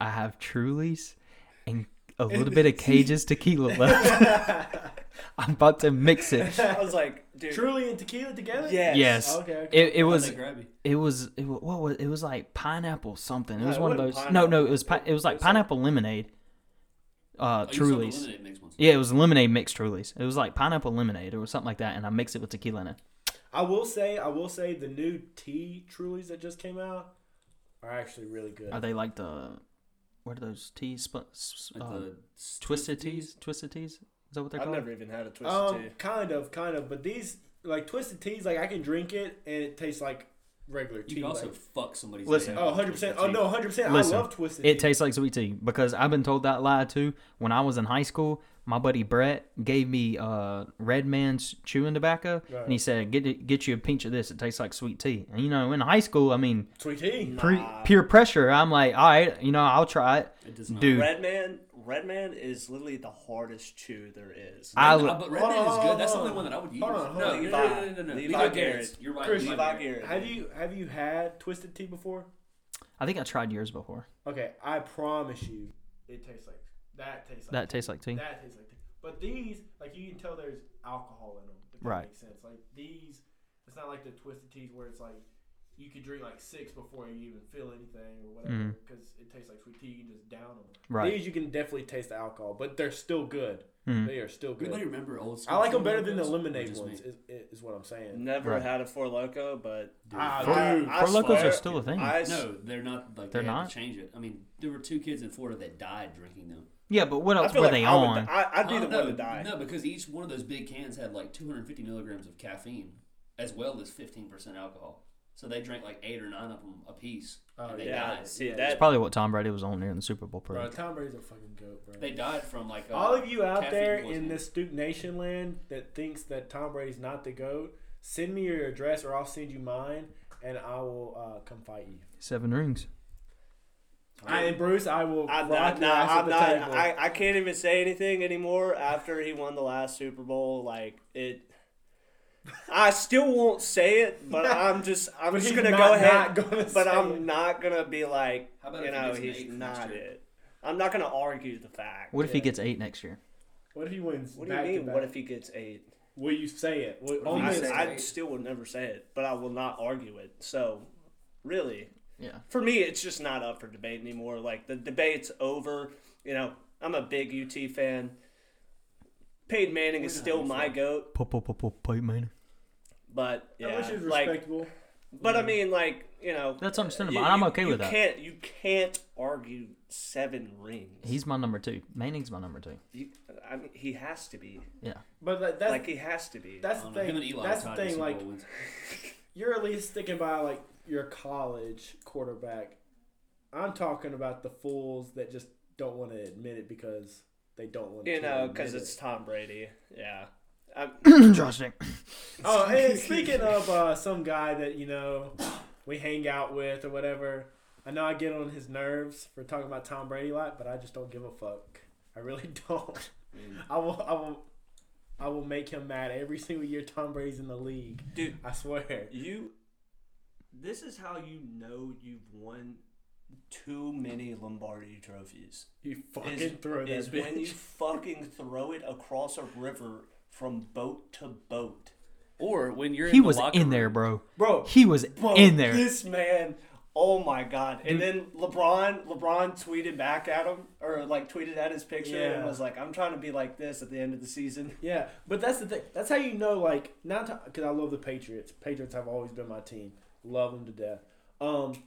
I have Trulies and a little bit of Cage's tequila left. I'm about to mix it. I was like, Uh, "Dude, Truly and tequila together? yes, Yes, Okay, okay. it, it was. They grab you. It was it was, what was it was like pineapple something. It No, was it one of those. wasn't No, pineapple. no, it was pi- it was like It was like- pineapple lemonade. Uh, Oh, you still have the Trulies. lemonade mixed ones. Yeah, it was lemonade mixed Trulies. It was like pineapple lemonade or something like that, and I mixed it with tequila in it. I will say, I will say, the new tea Trulies that just came out are actually really good. Are they like the what are those teas? Split, s- Like uh, the twisted teas? Twisted teas? Is that what they're I've called? never even had a twisted Um, tea." kind of, kind of, but these like twisted teas, like I can drink it and it tastes like regular You tea. can like- also fuck somebody's Listen. day up oh, with 100 percent. twisted Oh tea. no, 100 percent. I Listen, love twisted. It tea. tastes like sweet tea because I've been told that lie too. When I was in high school, my buddy Brett gave me uh, Red Man's chewing tobacco, and he Right. said, "Get it, get you a pinch of this. It tastes like sweet tea." And you know, in high school, I mean, sweet tea. pre- Nah. peer pressure. I'm like, all right, you know, I'll try it. It does not. Dude. Red man, red man is literally the hardest chew there is. I Red- li- uh, but Red Man is Hold good. on, That's the hold only on. one that I would use. Hold on, hold no, on. no, Levi- no, no, no, no. Levi Levi Garrett's. Garrett's. You're right. Chris, Levi Garrett. Have you have you had twisted tea before? I think I tried yours before. Okay, I promise you, it tastes like that. Tastes like That tastes like tea. That tastes like tea. But these, like you can tell, there's alcohol in them. If that Right. Makes sense. Like these, it's not like the twisted teas where it's like you could drink like six before you even feel anything or whatever because it tastes like sweet tea. You can just down them. Mm-hmm. Right. Mm-hmm. These you can definitely taste the alcohol, but they're still good. They are still good. Anybody remember old school? I like them Four better than the Locos? Or lemonade just me? ones. Is, is what I'm saying. Never Right. had a four loco, but Ah, Four- dude, Four Locos swear- are still a thing. I s- No, they're not. Like They're they're not? not. Change it. I mean, there were two kids in Florida that died drinking them. yeah, but what I else feel were like they I would, on? di- I, I'd be Uh, the no, one to die. No, because each one of those big cans had like 250 milligrams of caffeine, as well as 15% alcohol. So they drank like eight or nine of them a piece, Oh, and they Yeah, died. see Yeah. that. Probably what Tom Brady was on during the Super Bowl parade. Bro, Tom Brady's a fucking goat, bro. They died from like uh, All of you out caffeine there in poisoning. this Stoop Nation land that thinks that Tom Brady's not the GOAT, send me your address or I'll send you mine and I will uh, come fight you. Seven rings. I, and Bruce, I will I'm rock not. your ass at I'm the not table. I, I can't even say anything anymore after he won the last Super Bowl. Like it. I still won't say it, but I'm just. I'm But just he's gonna not- go ahead. not gonna but say I'm it. not gonna be like. How about you if he know, gets an he's eighth next not year? it. I'm not gonna argue the fact. What if he Yeah. gets eight next year? what if he wins? What do you back to mean? back? What if he gets eight? will you say it? Will, What if only he I, if- gets I eight? still would never say it, but I will not argue it. So, really, Yeah. for me, it's just not up for debate anymore. Like the debate's over. You know, I'm a big UT fan. Peyton Manning is still my goat, Pete Manning. but yeah, Unless he's like, respectable. but I mean, like you know, That's understandable. you- I'm you- okay you with that. Can't you can't argue seven rings? He's my number two. Manning's my number two. You- I mean, he has to be Yeah. but that, that's, like he has to be. that's the I don't know. Him and thing. Eli That's the tied for thing. Super Like Bowl wins. you're at least thinking about like your college quarterback. I'm talking about the fools that just don't want to admit it because they don't want you to know, because because it's Tom Brady. Yeah. I'm, Josh Nick. Oh, and speaking of uh, some guy that you know we hang out with or whatever, I know I get on his nerves for talking about Tom Brady a lot, but I just don't give a fuck. I really don't. I will. I will. I will make him mad every single year Tom Brady's in the league. dude, I swear. you. This is how you know you've won too many Lombardi trophies. You fucking is, throw that is when you bitch. fucking throw it across a river from boat to boat. Or when you're He in the was locker in there, room. bro. Bro, He was bro, in there. This man, oh my god! And then LeBron, LeBron tweeted back at him or like tweeted at his picture and Yeah. was like, "I'm trying to be like this at the end of the season." Yeah, but that's the thing. That's how you know, like, not because I love the Patriots. Patriots have always been my team. Love them to death. Um,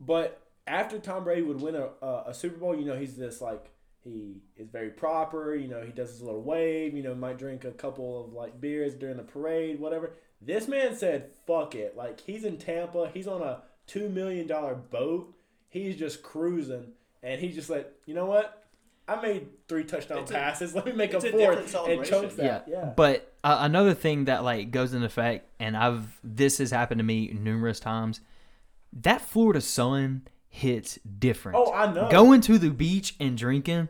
but after Tom Brady would win a, a, a Super Bowl, you know, he's this like he is very proper. You know, he does his little wave. You know, might drink a couple of like beers during the parade, whatever. This man said, "Fuck it!" Like he's in Tampa. He's on a two million dollar boat. He's just cruising, and he just like, you know what? I made three touchdown It's a- passes. Let me make a it's a fourth different and chokes celebration. that. Yeah. But uh, another thing that like goes into effect, and I've this has happened to me numerous times. That Florida sun hits different. Oh, I know. Going to the beach and drinking,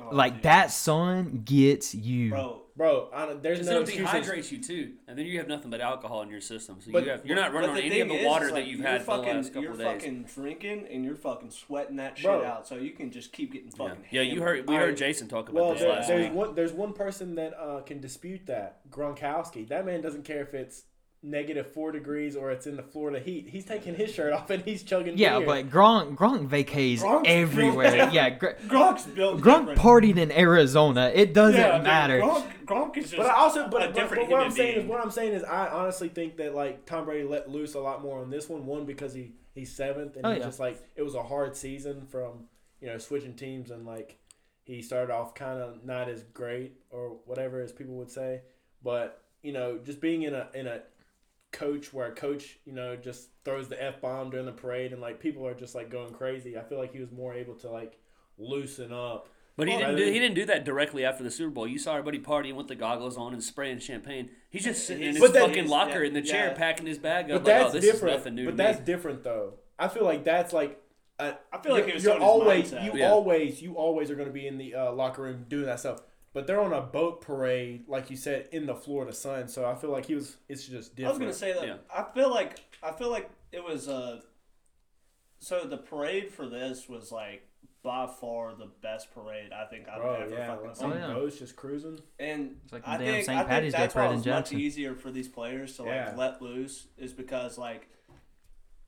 Oh, like dude. that sun gets you. bro. bro, I, don't- there's Because no it'll excuses. dehydrate you too, and then you have nothing but alcohol in your system. So But- you have, you're not running But on the any of thing the is, water is, like, that you've you're had for the fucking, last couple You're of days. fucking drinking and you're fucking sweating that shit Bro. out, so you can just keep getting yeah. fucking. yeah, you hammered. heard. We I- heard Jason talk about Well, this there- last there's week. one. There's one person that uh, can dispute that Gronkowski. That man doesn't care if it's negative four degrees or it's in the Florida heat. He's taking his shirt off and he's chugging. yeah, beer. but Gronk Gronk vacays Gronk's built everywhere. different. yeah, Gr- Gronk's built. Gronk different. partied in Arizona. It doesn't Yeah, dude, matter. Gronk, Gronk is just. But I also, but, a but- different but what I'm human saying being. is, what I'm saying is, I honestly think that like Tom Brady let loose a lot more on this one. One because he he's seventh, and Oh, he yeah. just like it was a hard season from you know switching teams, and like he started off kind of not as great or whatever as people would say. But you know, just being in a in a coach where a coach you know just throws the f bomb during the parade, and like people are just like going crazy. I feel like he was more able to like loosen up. But he Well, didn't I do mean- he didn't do that directly after the Super Bowl. You saw everybody partying with the goggles on and spraying champagne. He's just sitting in He's- his But that- fucking locker in the chair, yeah. packing his bag up. But like, that's oh, this different. is nothing new but to that's me. different though. I feel like that's like I I feel like you're, it was you're on his always mindset. you Yeah. always you always are going to be in the uh, locker room doing that stuff. But they're on a boat parade, like you said, in the Florida sun. So I feel like he was. It's just different. I was gonna say that. Yeah. I feel like I feel like it was. Uh, so the parade for this was like by far the best parade I think I've Bro, ever yeah, fucking like Oh, seen. some yeah. boats just cruising. And It's like the I damn think, St. I think Patty's Day that's parade why in it's much Jackson. easier for these players to like Yeah. let loose is because like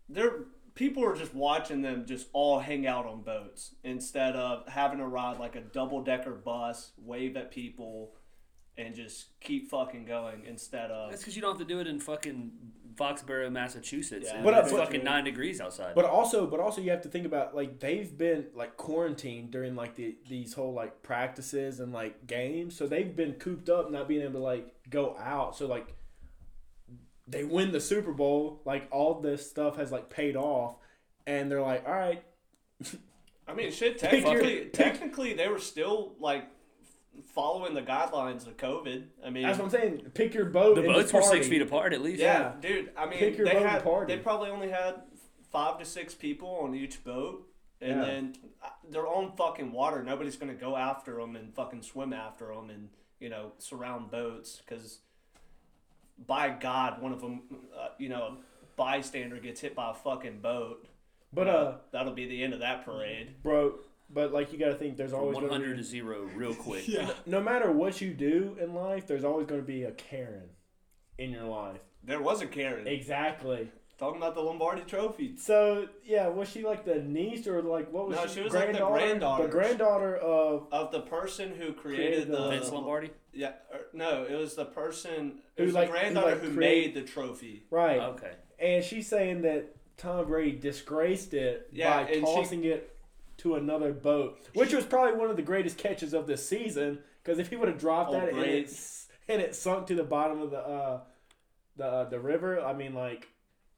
they're people are just watching them just all hang out on boats instead of having to ride like a double decker bus, wave at people, and just keep fucking going instead of That's because you don't have to do it in fucking Foxborough, Massachusetts. Yeah. and But, uh, it's but- fucking nine degrees outside. But also, but also, you have to think about like they've been like quarantined during like the these whole like practices and like games, so they've been cooped up, not being able to like go out. So like they win the Super Bowl, like all this stuff has like paid off, and they're like, all right, I mean, shit. Take your- Technically, take- technically, they were still like following the guidelines of COVID. I mean, that's what I'm saying. Pick your boat. the and boats just were party. six feet apart at least. yeah, dude. I mean, Pick your they boat and had party. they probably only had five to six people on each boat, and Yeah. then uh, they're on fucking water. Nobody's gonna go after them and fucking swim after them and you know surround boats because by God, one of them, uh, you know, a bystander gets hit by a fucking boat. But uh, that'll be the end of that parade. bro, but like you got to think, there's always One gonna hundred be- to zero, real quick. no matter what you do in life, there's always going to be a Karen in your life. There was a Karen. Exactly. Talking about the Lombardi Trophy. So yeah, was she like the niece or like what was No, she? she was, like, the granddaughter. The granddaughter of Of the person who created, Created the- the Vince Lombardi. yeah, or, no, it was the person it Who, was like- the who, granddaughter like, who create- made the trophy. right, Okay. and she's saying that Tom Brady disgraced it Yeah, by and she- tossing it to another boat, which was probably one of the greatest catches of this season. Because if he would have dropped Oh, that and great. it, s- and it sunk to the bottom of the uh, the uh, the river, I mean, like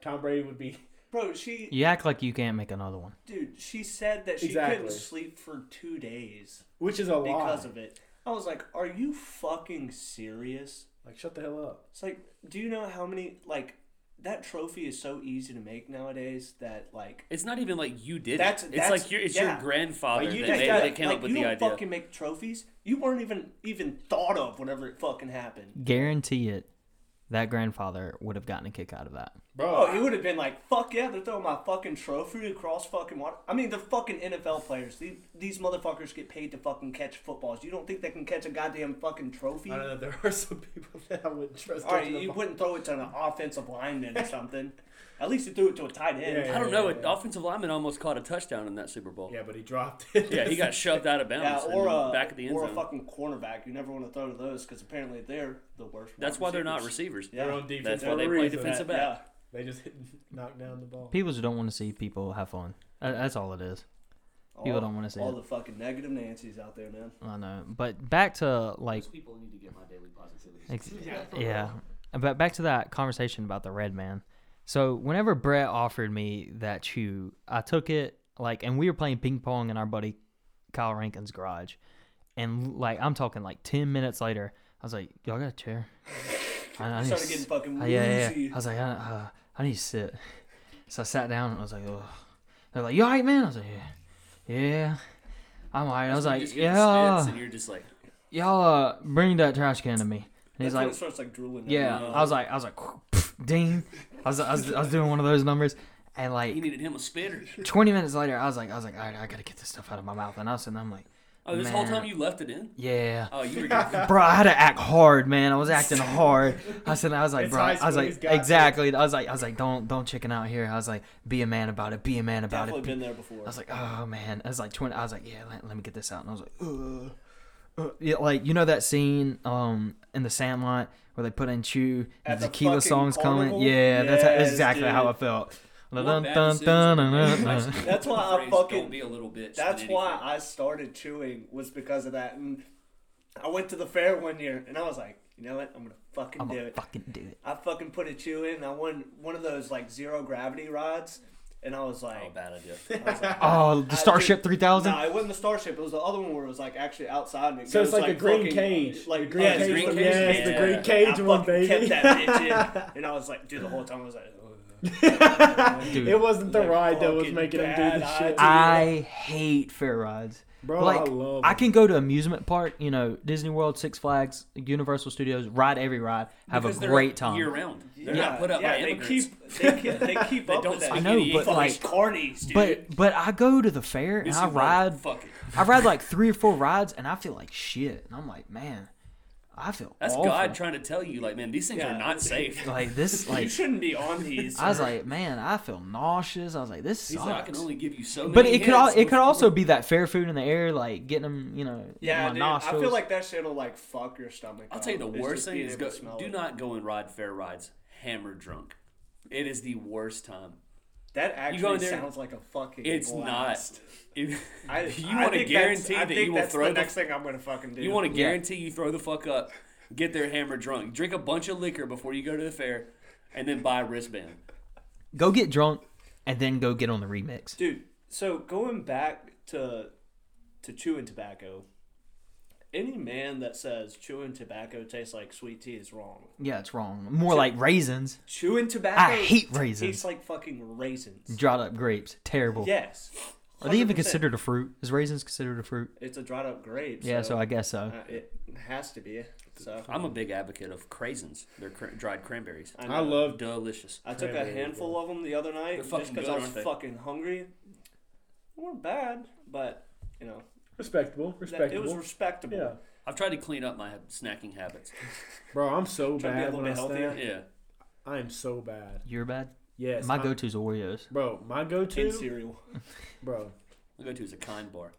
Tom Brady would be Bro, she You act like you can't make another one. dude, she said that she Exactly. couldn't sleep for two days which is a lot because of it. I was like, Are you fucking serious? Like shut the hell up. It's like, do you know how many like that trophy is so easy to make nowadays that like It's not even like you did. That's- it. It's that's- like your it's yeah. your grandfather Like, you that, just made, gotta- that came like, up with you the don't idea. fucking make trophies. You weren't even even thought of whenever it fucking happened. Guarantee it. That grandfather would have gotten a kick out of that. Bro, Oh, he would have been like, "Fuck yeah, they're throwing my fucking trophy across fucking water." I mean, they're fucking NFL players. These, these motherfuckers get paid to fucking catch footballs. You don't think they can catch a goddamn fucking trophy? I don't All know. There are some people that I wouldn't trust. right, touching the you ball. wouldn't throw it to an offensive lineman or something. At least you threw it to a tight end. Yeah, I don't know. An offensive lineman almost caught a touchdown in that Super Bowl. yeah, but he dropped it. Yeah, he got shoved out of Yeah, bounds or and a back at the end or zone. a fucking cornerback. You never want to throw to those because apparently they're the worst. That's wide why they're not receivers. receivers. Yeah. They're on defense. That's why they for a play reason. defensive back. Yeah. They just hit, knock down the ball. People just don't want to see people have fun. Tha- That's all it is. People all, don't wanna see all it. the fucking negative Nancys out there, man. I know. But back to like, people need to get my daily positivity. ex- yeah. Uh, But back to that conversation about the red man. So whenever Brett offered me that chew, I took it like, and we were playing ping pong in our buddy Kyle Rankin's garage, and like I'm talking like ten minutes later, I was like, "Y'all got a chair?" I, I I need started s- getting fucking Uh, woozy. yeah, yeah, yeah. I was like, I, uh, I need to sit. So I sat down and I was like, oh. They're like, you all right, man? I was like, yeah. Yeah. I'm all right. I was You like, just get the spits yeah. and you're just like, Y'all uh, bring that trash can to me. And he's That's when like, it starts like drooling. yeah. I was like, I was like, ding. I was, I was, I was doing one of those numbers. And he like needed him a spitter. 20 minutes later, I was like, I was like, all right, I got to get this stuff out of my mouth. And I was sitting there, I'm like, Oh, this whole Man. time you left it in? yeah. Oh, you were getting bro, I had to act hard, man. I was acting hard. I said, I was like, It's bro, high I was school, he's like, got exactly. I was like, I was like, don't, don't chicken out here. I was like, be a man about it. Be a man about definitely it. been there I before. was like, oh man. I was like, twenty. I was like, yeah, let, let me get this out. And I was like, Ugh. Ugh. Yeah, like you know that scene um in the Sandlot where they put in Chew At and the the tequila fucking song's coming. carnival? Yeah, that's, how, that's Yes, exactly how I dude. felt. More Dun, bad dun, decisions dun, than dun, good dun. decisions. That's why I Phrase, fucking- Don't be a little bitch. That's than why anything. I started chewing was because of that. And I went to the fair one year, and I was like, you know what? I'm gonna fucking I'm do gonna it. fucking do it. I fucking put a chew in. and I won one of those like zero gravity rods, and I was like, Oh, bad idea. I was like, Oh, I- the Starship three thousand. No, it wasn't the Starship. It was the other one where it was like actually outside. And it So it's goes, like a green fucking- cage. Like The green yeah, it's cage green one. cage. Yes, the Yeah. green cage I one, fucking baby. Kept that bitch in, and I was like, dude, the whole time I was like, "Ugh." Dude, It wasn't the Like, ride that was fucking making him do bad the shit. idea. I hate fair rides. Bro, like, I love I them. can go to amusement park, you know, Disney World, Six Flags, Universal Studios, ride every ride, have Because a they're great time. Year round. They're Yeah, not put up yeah, by they immigrants. keep they keep they keep They up don't with that. speak I know, any but, English. fucking like- carnies, dude. But but I go to the fair and This I is where the ride Fuck it. I ride like three or four rides and I feel like shit. And I'm like, man, I feel That's awful. God trying to tell you, like, man, these things Yeah. are not safe. Like this you like shouldn't be on these. I was like, man, I feel nauseous. I was like, this So I can sucks. only give you so many. But it could hints al- it could before- also be that fair food in the air, like getting them, you know, yeah, in my dude, nostrils. I feel like that shit'll like fuck your stomach. I'll tell you the up, is worst just thing being is able go, to smell do it. not go and ride fair rides hammered drunk. It is the worst time. That go actually in there- sounds like a fucking. It's blast. not. If, I, you I want to think that's- guarantee I that think you will that's throw the the next thing I'm gonna fucking do. You want to guarantee you throw the fuck up, get there hammered drunk, drink a bunch of liquor before you go to the fair, and then buy a wristband. go get drunk and then go get on the remix. dude so going back to to chewing tobacco any man that says chewing tobacco tastes like sweet tea is wrong Yeah, it's wrong. More like raisins. chewing tobacco I hate tastes raisins. like fucking raisins Dried up grapes, terrible. yes Are they even 100%. considered a fruit? Is raisins considered a fruit? it's a dried up grape Yeah, so I guess so. uh, it has to be so I'm a big advocate of craisins. They're cra- dried cranberries. I i, know. love Delicious. i took a handful of them the other night They're just fucking because good, i was aren't they? fucking hungry they weren't bad but you know respectable, that, respectable. it was respectable yeah, I've tried to clean up my snacking habits. bro, I'm so Trying to be a bad little when I bit healthier. snack. Yeah. I am so bad. You're bad. Yes. My I'm- go tos Oreos. Bro, my And go-to, cereal. bro. My go to is a kind bar.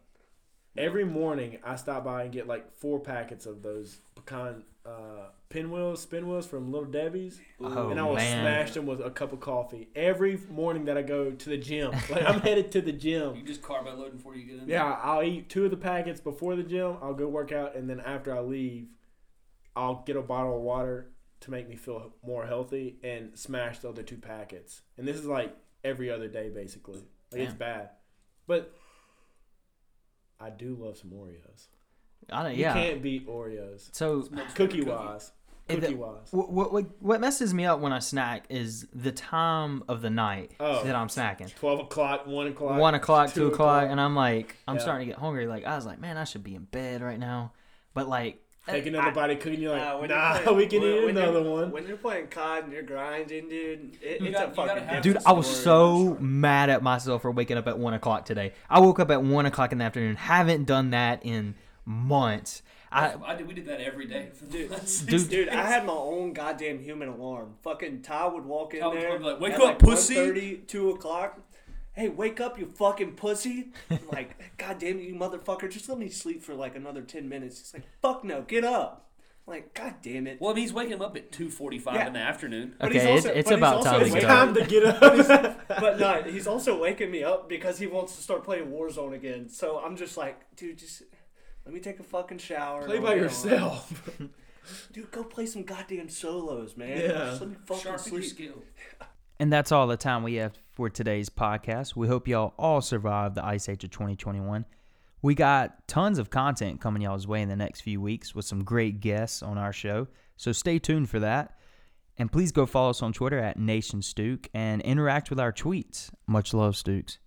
Every morning, I stop by and get like four packets of those pecan uh, pinwheels, spin wheels from Little Debbie's, Oh, and I will man. smash them with a cup of coffee every morning that I go to the gym. Like I'm headed to the You gym. just carbo loading before you get in. Yeah, I'll eat two of the packets before the gym. I'll go work out, and then after I leave, I'll get a bottle of water to make me feel more healthy and smash the other two packets. And this is like every other day, basically. Like it's Damn. bad, but I do love some Oreos. I don't, You Uh, yeah. can't beat Oreos. So Cookie wise. And the- Cookie wise. What, what what- what messes me up when I snack is the time of the night Oh. that I'm snacking. 12 o'clock, 1 o'clock. One o'clock, two, two o'clock, o'clock. and I'm like, I'm Yeah. starting to get hungry. Like I was like, man, I should be in bed right now, but like, Taking another bite of cookie, you're like, Nah, Uh, when nah, you're playing- we can when- eat when you're- another one. When you're playing COD and you're grinding, dude, it, You gotta- it's a you gotta fucking have dude, That's I was different story. so mad at myself for waking up at one o'clock today. I woke up at one o'clock in the afternoon. Haven't done that in months. I I did, we did that every day. For the last six Dude. Dude, I had my own goddamn human alarm. Fucking Ty would walk in Ty would there. come like, "Wake at up, like pussy." 1:30, 2 o'clock. Hey, wake up, you fucking pussy! I'm like, goddamn you, motherfucker! Just let me sleep for like another ten minutes. He's like, fuck no, get up! I'm like, goddamn it! Well, I mean, he's waking him up at two forty-five in the afternoon. But he's okay, also- it, it's but he's about also time to It's get waiting. up. time to get up. But no, he's also waking me up because he wants to start playing Warzone again. So I'm just like, dude, just let me take a fucking shower. Play I'll by get on." yourself. dude. Go play some goddamn solos, man. Yeah. Just let me fucking Sharpen your sleep. skill. And that's all the time we have for today's podcast. We hope y'all all survived the ice age of 2021. We got tons of content coming y'all's way in the next few weeks with some great guests on our show. So stay tuned for that. And please go follow us on Twitter at Nation Stuke and interact with our tweets. Much love, Stukes.